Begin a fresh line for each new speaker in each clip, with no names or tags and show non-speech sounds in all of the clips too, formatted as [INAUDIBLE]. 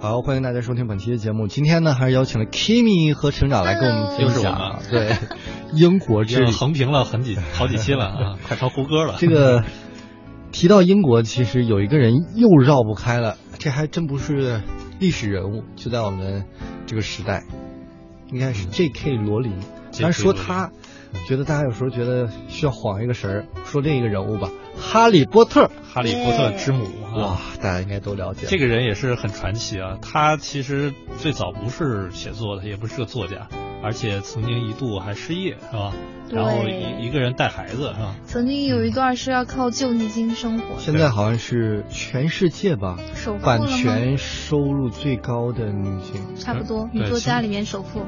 好，欢迎大家收听本期的节目。今天呢，还是邀请了 Kimi 和成长来跟我们
Hello
分
又是我
享
们
对英国
我
之旅
这。横平了
[LAUGHS]
很几好几期了啊，快成胡歌了。
这个提到英国，其实有一个人又绕不开了，这还真不是历史人物，就在我们这个时代，应该
嗯
是 J.K. 罗琳。
J.K.
但是说他，觉得大家有时候觉得需要晃一个神儿，说另一个人物吧，哈利波特。
哈利波特之母
哇
啊，，
大家应该都了解。
这个人也是很传奇啊。他其实最早不是写作的，也不是个作家，而且曾经一度还失业是吧？
对
然后一一个人带孩子是啊吧？
曾经有一段是要靠救济金生活的，
现在好像是全世界吧，
首富了
版
吗？
权收入最高的女性。
差不多，
对
女作
其实
家里面首富。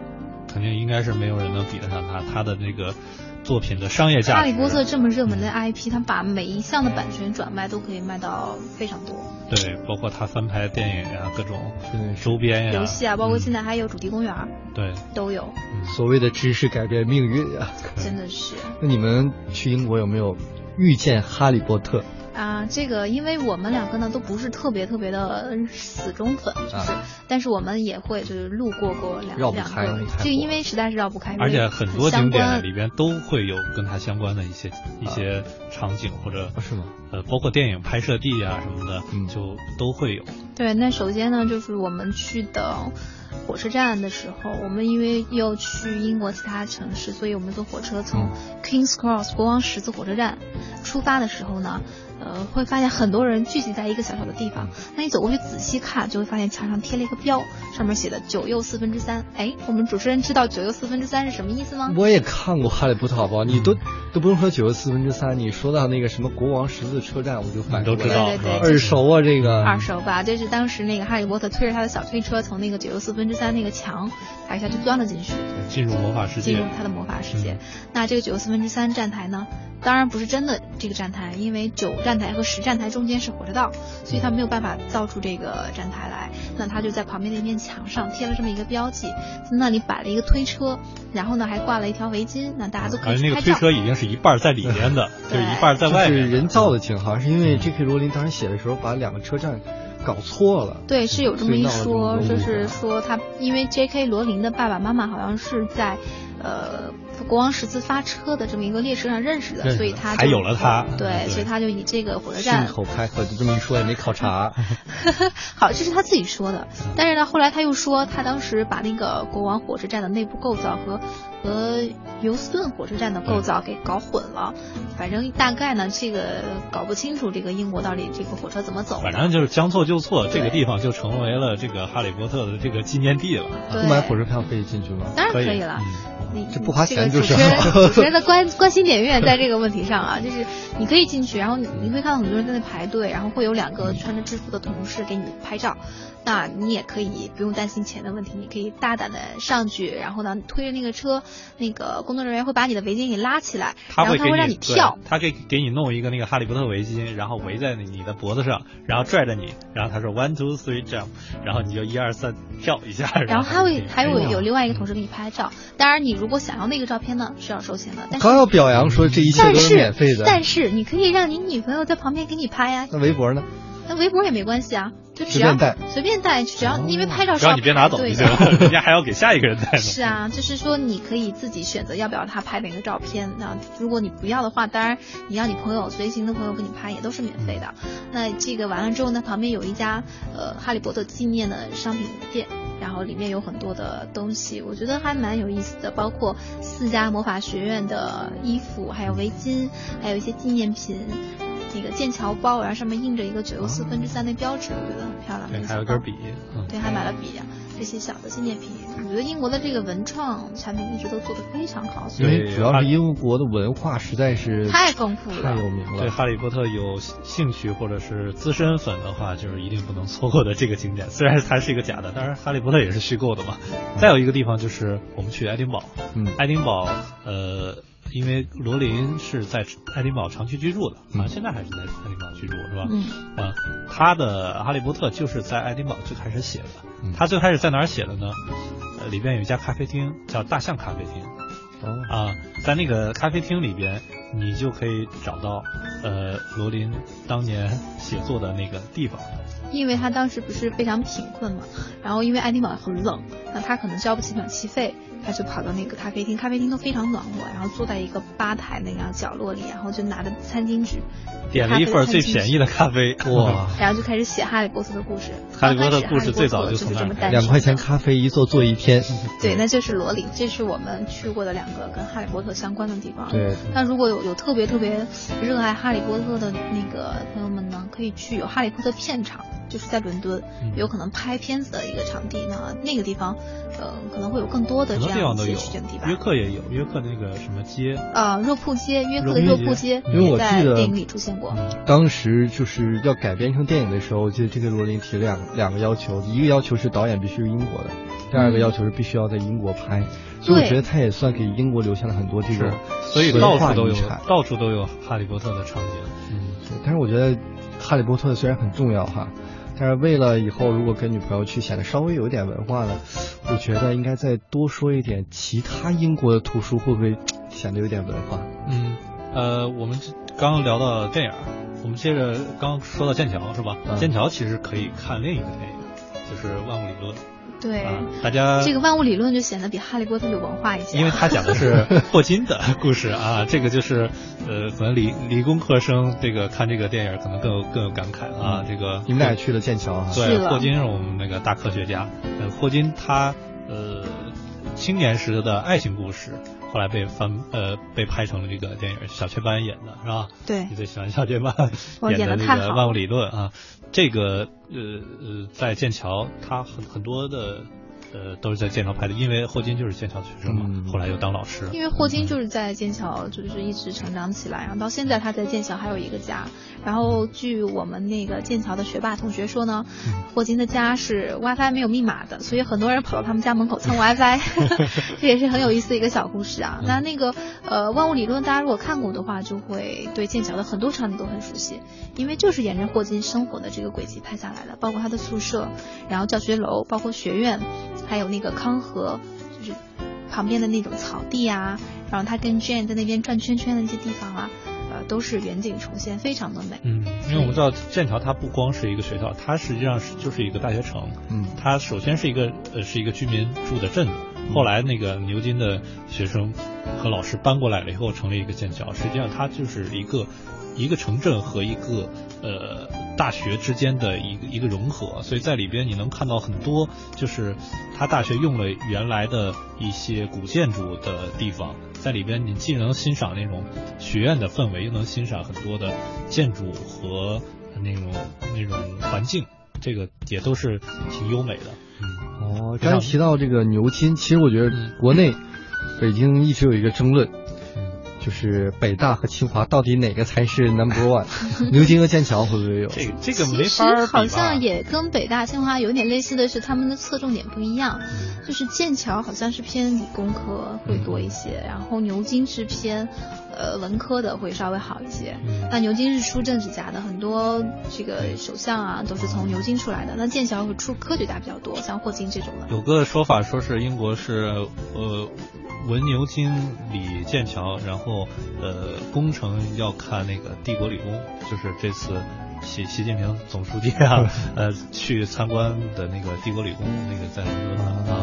肯定应该是没有人能比得上他，他的那个作品的商业价值。
哈利波特这么热门的 IP，他把每一项的版权转卖都可以卖到非常多，
对，包括他翻拍电影啊呀、各种
对
周边呀、
游戏啊，包括现
在、
在还有主题公园儿
对，
都有，
嗯
所谓的知识改变命运啊！ [LAUGHS]
真的是
那你们去英国有没有遇见哈利波特？
啊。这个因为我们两个呢都不是特别特别的死忠粉，就是，
啊
但是我们也会就是路过过两
绕不
两
开
个
太，
这
火
个因为实在是绕不开，
而
因为
且很多
相
经
关
典里边都会有跟他相关的一些一些场景或者
啊，是吗？
呃，包括电影拍摄地啊什么的，
嗯
就都会有。
对，那首先呢，就是我们去的火车站的时候，我们因为要去英国其他城市，所以我们坐火车从 King's Cross 国王十字火车站出发的时候呢，呃，会发现很多人聚集在一个小小的地方。那你走过去仔细看，就会发现墙上贴了一个标，上面写的九又四分之三。哎，我们主持人知道九又四分之三是什么意思吗？
我也看过《哈利波特》，好不好？你
嗯
都都不用说九又四分之三，你说到那个什么国王十字车站，我就反
你都
过
知
来
道
对对
是
对
吧，
耳熟啊，这个
二手吧，这是当时那个哈利波特推着他的小推车从那个九又四分之三那个墙踩下去钻了进去。
进入魔法世
进
界
入，他的魔法世界。
嗯
那这个九四分之三站台呢，当然不是真的这个站台，因为九站台和十站台中间是火车道，所以他没有办法造出这个站台来。那他就在旁边的一面墙上贴了这么一个标记，在那里摆了一个推车，然后呢还挂了一条围巾，那大家都可
而
以
啊
去
那个
拍
推
照。
车已经是一半在里边的，就
对嗯
是一半在外
就
面
是
的。
人造的景，好像是因为 J.K. 罗琳当时写的时候把两个车站搞错了。
对，是有这么
所以
一
闹了
说，
这么多
就
误
是
会
说他因为 J.K. 罗琳的爸爸妈妈好像是在，呃，国王十字发车的这么一个列车上认识
认
的，
识
所以
的
他
才
就
有了他
对
对，
所以他就以这个火车
信
站
口开河，就这么一说也没考察。
[LAUGHS] 好，这是他自己说的。但是呢，后来他又说，他当时把那个国王火车站的内部构造和和尤斯顿火车站的构造
嗯
给搞混了。反正大概呢，这个搞不清楚这个英国到底这个火车怎么走的。
反正就是将错就错，这个
对
地方就成为了这个哈利波特的这个纪念地了。
不
[LAUGHS] 对
买火车票可以进去吗？
当然可
以
了。
嗯
你
这不花钱就
这个
是
主持人
好
主持人的关关心点永远在这个问题上啊，就是你可以进去，然后你你会看到很多人在那排队，然后会有两个
嗯
穿着制服的同事给你拍照，那你也可以不用担心钱的问题，你可以大胆的上去，然后呢推着那个车，那个工作人员会把你的围巾给拉起来，
他
然后
会
他
给
会让
你
你跳，
对他给给你弄一个那个哈利波特围巾，然后围在你的脖子上，然后拽着你，然后他说 one two three jump，然后你就一二三跳一下，
然后
后
还会还有
哎呦
有另外一个同事给你拍照，当然你如果想要那个照片呢是要收钱的，但是
刚要表扬说这一切
但
都是免
是
费的，
但是你可以让你女朋友在旁边给你拍呀、
那微博呢？
那围脖也没关系啊，就只
随
要
便带
随便带只要
哦
因为拍照
只
是
要你别拿走
对
就
的
行了， [LAUGHS] 人家还要给下一个人带呢。
是啊，就是说你可以自己选择要不要他拍哪个照片。那如果你不要的话，当然你让你朋友随行的朋友给你拍也都是免费的。那这个完了之后呢，旁边有一家呃哈利波特纪念的商品店。然后里面有很多的东西，我觉得还蛮有意思的，包括四家魔法学院的衣服，还有围巾，还有一些纪念品，那个剑桥包，然后上面印着一个九又四分之三的标志，我觉得很漂亮。
对，
很
还有
小
根
包
笔，嗯，
对，还买了笔啊，这些小的纪念品。我觉得英国的这个文创产品一直都做得非常好，所
因
以
为
对
主要
哈
是英国的文化实在是
太丰富
太
了。
有名
对
了。
哈利波特有兴趣或者是资深粉的话，就是一定不能错过的这个景点。虽然它是一个假的，但是哈利波特也是虚构的嘛。再有一个地方就是我们去爱丁堡，
嗯，
爱丁堡，呃，因为罗琳是在爱丁堡长期居住的，好像现在还是在爱丁堡居住是吧？
嗯，
啊，他的《哈利波特》就是在爱丁堡最开始写的
嗯。
他最开始在哪儿写的呢？呃，里边有一家咖啡厅叫大象咖啡厅
哦
啊，在那个咖啡厅里边，你就可以找到呃罗琳当年写作的那个地方。
因为他当时不是非常贫困嘛，然后因为爱丁堡很冷，那他可能交不起暖气费，他就跑到那个咖啡厅，咖啡厅都非常暖和，然后坐在一个吧台那样角落里，然后就拿着餐巾纸，
点了一份最便宜的咖啡，
[LAUGHS]
哇！
然后就开始写哈利波特的故事。
哈利波
刚
特
开始
故事最早
哈利波特
就
就
从
是这么
那儿开
诞生
两块钱
的
咖啡一坐坐一天，
对，那就是罗里，这是我们去过的两个跟哈利波特相关的地方。
对，
那如果有有特别特别热爱哈利波特的那个朋友们呢，可以去有哈利波特片场，就是在伦敦，
嗯
有可能拍片子的一个场地。那那个地方，呃，可能会有更多的
很
这
多地
样
方
的
都
一些
有
取景地，吧
约。克也有，约克那个什么街，
呃，若铺街，约克的
若
若
铺
铺
街嗯
街
因为我
也在
记得
电影里出现过。
当时就是要改编成电影的时候，我记得这个罗琳提了两两个要求，一个要求是导演必须是英国的，第二个要求是必须要在英国拍，所以我觉得他也算给英国留下了很多这种
所以到
文化
处都
遗
有
产。，
到处都有哈利波特的场景。
嗯对但是我觉得《哈利波特》虽然很重要哈，但是为了以后如果跟女朋友去显得稍微有一点文化呢，我觉得应该再多说一点其他英国的图书，会不会显得有点文化？
嗯，呃，我们刚刚聊到电影儿，我们接着刚刚说到剑桥是吧？
嗯
剑桥其实可以看另一个电影，就是《万物理论》
对，
啊，大家
呃
这个万物理论就显得比哈利波特有文化一些啊。
因为他讲
[LAUGHS]
的是霍金的故事啊，这个就是呃，可能理理工科生这个看这个电影可能更有更有感慨啊。这个
嗯你们俩也去了剑桥哈？啊
去
对，
了
霍金是我们那个大科学家。呃，霍金他呃青年时的爱情故事，后来被翻呃被拍成了这个电影，小雀斑演的是吧？
对
你最喜欢小雀斑
我
[LAUGHS] 演
演
的
得
那
太
个
好
万物理论啊，这个呃呃，在剑桥，他很很多的呃都是在剑桥拍的，因为霍金就是剑桥学生嘛，
嗯
后来又当老师。
因为霍金就是在剑桥，就是一直成长起来，然后到现在他在剑桥还有一个家。然后据我们那个剑桥的学霸同学说呢，霍金的家是 WiFi 没有密码的，所以很多人跑到他们家门口蹭 WiFi，这也是很有意思的一个小故事啊。那那个呃万物理论，大家如果看过的话，就会对剑桥的很多场景都很熟悉，因为就是沿着霍金生活的这个轨迹拍下来的，包括他的宿舍，然后教学楼，包括学院，还有那个康河，就是旁边的那种草地啊，然后他跟 Jane 在那边转圈圈的那些地方啊，呃，都是远景重现，非常的美。
嗯，因为我们知道剑桥它不光是一个学校，它实际上是就是一个大学城。
嗯
它首先是一个呃是一个居民住的镇子，后来那个牛津的学生和老师搬过来了以后，成立一个剑桥。实际上它就是一个一个城镇和一个呃大学之间的一个一个融合，所以在里边你能看到很多就是它大学用了原来的一些古建筑的地方，在里边你既能欣赏那种学院的氛围，又能欣赏很多的建筑和那种那种环境。这个也都是挺优美的。嗯，
哦，
非常
刚才提到这个牛津，其实我觉得
嗯
国内北京一直有一个争论，
嗯
就是北大和清华到底哪个才是 number
[LAUGHS]
one？牛津和剑桥会不会有？
这个这个
其
没
实
法儿比吧
好像也跟北大、清华有点类似的是，他们的侧重点不一样。就是剑桥好像是偏理工科会多一些，然后牛津是偏呃文科的会稍微好一些。
嗯
那牛津是出政治家的，很多这个首相啊都是从牛津出来的。那剑桥会出科学家比较多，像霍金这种的。
有个说法说是英国是呃文牛津理剑桥，然后呃工程要看那个帝国理工，就是这次习习近平总书记
[LAUGHS]
啊呃去参观的那个帝国理工那个在伦敦啊啊，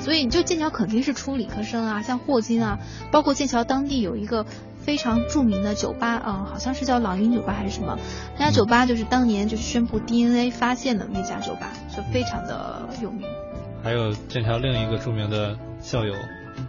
所以你就剑桥肯定是出理科生啊，像霍金啊，包括剑桥当地有一个非常著名的酒吧啊、好像是叫朗音酒吧还是什么，那家酒
嗯
吧就是当年就是宣布 DNA 发现的那家酒吧，就非常的有名。
还有剑桥另一个著名的校友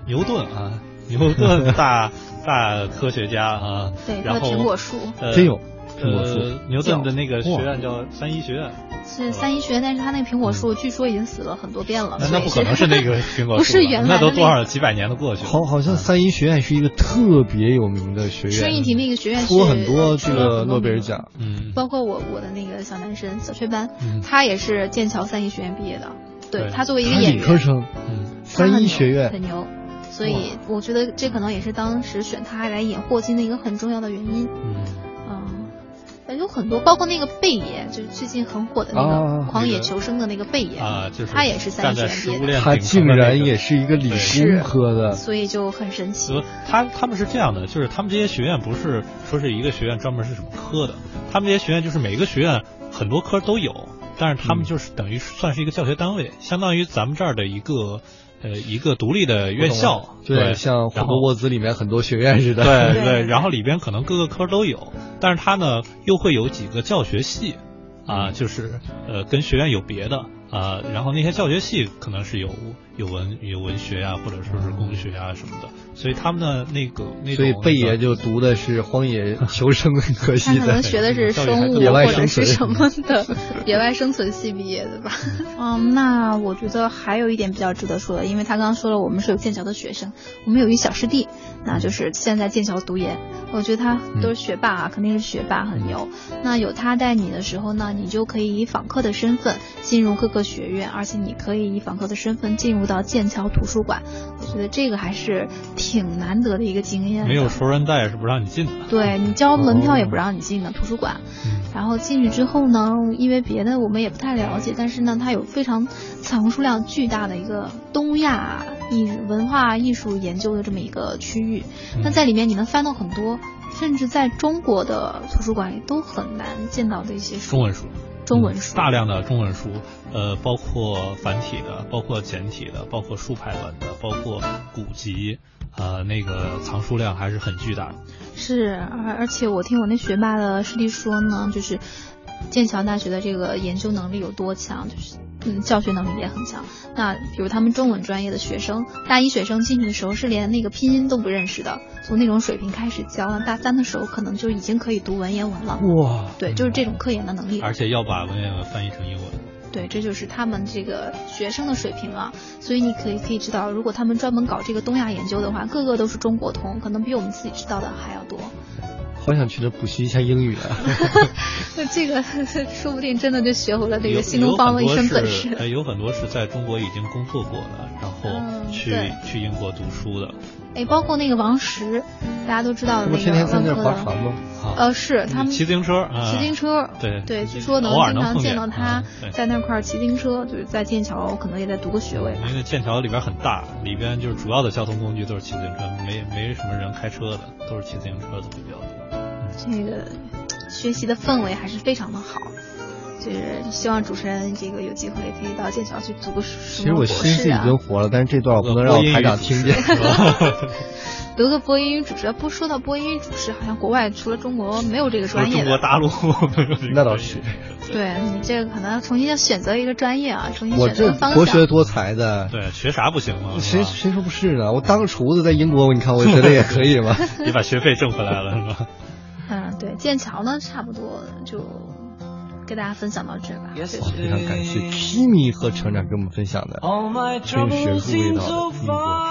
牛顿啊，牛
[LAUGHS]
顿大大科学家啊，
对，那
然
个
后
苹果树
呃
真有苹果树
呃，牛顿的那个学院叫三一学院，
是三一学院，但是它那个苹果树据说已经死了很多遍了，
那
所
那
以
不可能是那
[LAUGHS]
个苹果树吧，
不是原来的那
那
个
都多少几百年都过去了。
好，好像三一学院是一个特别有名的学院，
春一提那个学院是
出很多这个诺贝尔奖。
嗯，
包括我我的那个小男生小雀斑，
嗯
他也是剑桥三一学院毕业的。
对
对他作为一个
他
演
理
员，
科生，
他
嗯
很
三一
牛
学院，
很牛，所以我觉得这可能也是当时选他来演霍金的一个很重要的原因。
嗯，
嗯，呃有很多，包括那个贝爷，就是最近很火的那
啊
个《狂
那
野
个
求生》的那个贝爷
啊，就是
他也是三
站在
一
食
学
物
院毕业
链
他
顶
竟
端的那个
然也是一个理工科
的，
的。
所以就很神奇。
呃，他他们是这样的，就是他们这些学院不是说是一个学院专门是什么科的，他们这些学院就是每个学院很多科都有，但是他们就是等于算是一个教学单位，相当于咱们这儿的一个呃一个独立的院校，
就有点像霍
然
格
后
沃兹里面很多学院似的。
对
对
对，然后里边可能各个科都有，但是它呢又会有几个教学系
嗯
啊，就是呃跟学院有别的啊，然后那些教学系可能是有有文有文学啊，或者说是工学啊什么的，所以他们的那个那种
所以贝
那个
爷就读的是荒野求生，可
他
惜
可能
的。
学的
[LAUGHS]
是生物
野外
或
生
者
存
是什么的
[LAUGHS]
野外生存系毕业的吧？
嗯，那我觉得还有一点比较值得说的，因为他刚刚说了，我们是有剑桥的学生，我们有一小师弟，那就是现在剑桥读研，我觉得他都是学霸啊，肯定是学霸，很牛。那有他带你的时候呢，你就可以以访客的身份进入各个学院，而且你可以以访客的身份进入到剑桥图书馆，我觉得这个还是挺难得的一个经验的。
没有熟人带是不让你进的，
对你交门票也
哦
不让你进的图书馆，
嗯
然后进去之后呢，因为别的我们也不太了
嗯
解，但是呢，它有非常彩虹数量巨大的一个东亚艺文化艺术研究的这么一个区域。
嗯
那在里面你能翻到很多，甚至在中国的图书馆里都很难见到的一些
中
书，
文书。嗯
中文书。
大量的中文书，呃，包括繁体的，包括简体的，包括竖排版的，包括古籍，呃，那个藏书量还是很巨大的。
是，而而且我听我那学霸的师弟说呢，就是剑桥大学的这个研究能力有多强，就是嗯，教学能力也很强。那比如他们中文专业的学生，大一学生进去的时候是连那个拼音都不认识的，从那种水平开始教，那大三的时候可能就已经可以读文言文了。
哇，
对，就是这种科研的能力。
而且要把文言文翻译成英文。
对，这就是他们这个学生的水平了。所以你可以可以知道，如果他们专门搞这个东亚研究的话，个个都是中国通，可能比我们自己知道的还要多。
好想去那补习一下英语啊！
[LAUGHS] 那这个 [LAUGHS] 说不定真的就学会了这
有
个新东方的一身本
有很多是
事。
呃有很多是在中国已经工作过的，然后
嗯
去、
对
去英国读书的。
哎，包括那个王石，大家都知道
这不
的那
天天
个
在
万
那儿
科
划
的，
船吗？
啊，
呃，是他们
骑自行车，啊
骑自行车，
对
对，
骑
据说能
偶尔
经
能
常
碰
见
见
到他
嗯对
在那块儿骑自行车，就是在剑桥可能也在读个学位吧。
因为剑桥里边很大，里边就是主要的交通工具都是骑自行车，没没什么人开车的，都是骑自行车的会比较多。
这个学习的氛围还是非常的好。就是希望主持人这个有机会可以到剑桥去读个
其
什
实
么
我
博
心思
士
已
啊，
经活了，但是这段我不能让我排长听
[LAUGHS]
见。
呃
读个播音与主持。不说到播音与主持，好像国外除了中国没有这个
除了
[LAUGHS] 专业
中
的。
国大陆，
那倒是，
对你这个可能重新要选择一个专业啊，重新
我
选择
这
个方
博学
向。
多才的，
对，学啥不行吗？
谁
啊是
谁说不是呢？我当个厨子在英国，你看我觉得也可以嘛。
吧也把学费挣回来了，是吧？
嗯，对，剑桥呢，差不多就跟大家分享到这儿吧。就是
非常感谢 Kimi 和成长给我们分享的
All my
很有学
troubles
术味
seem
道的
so
英国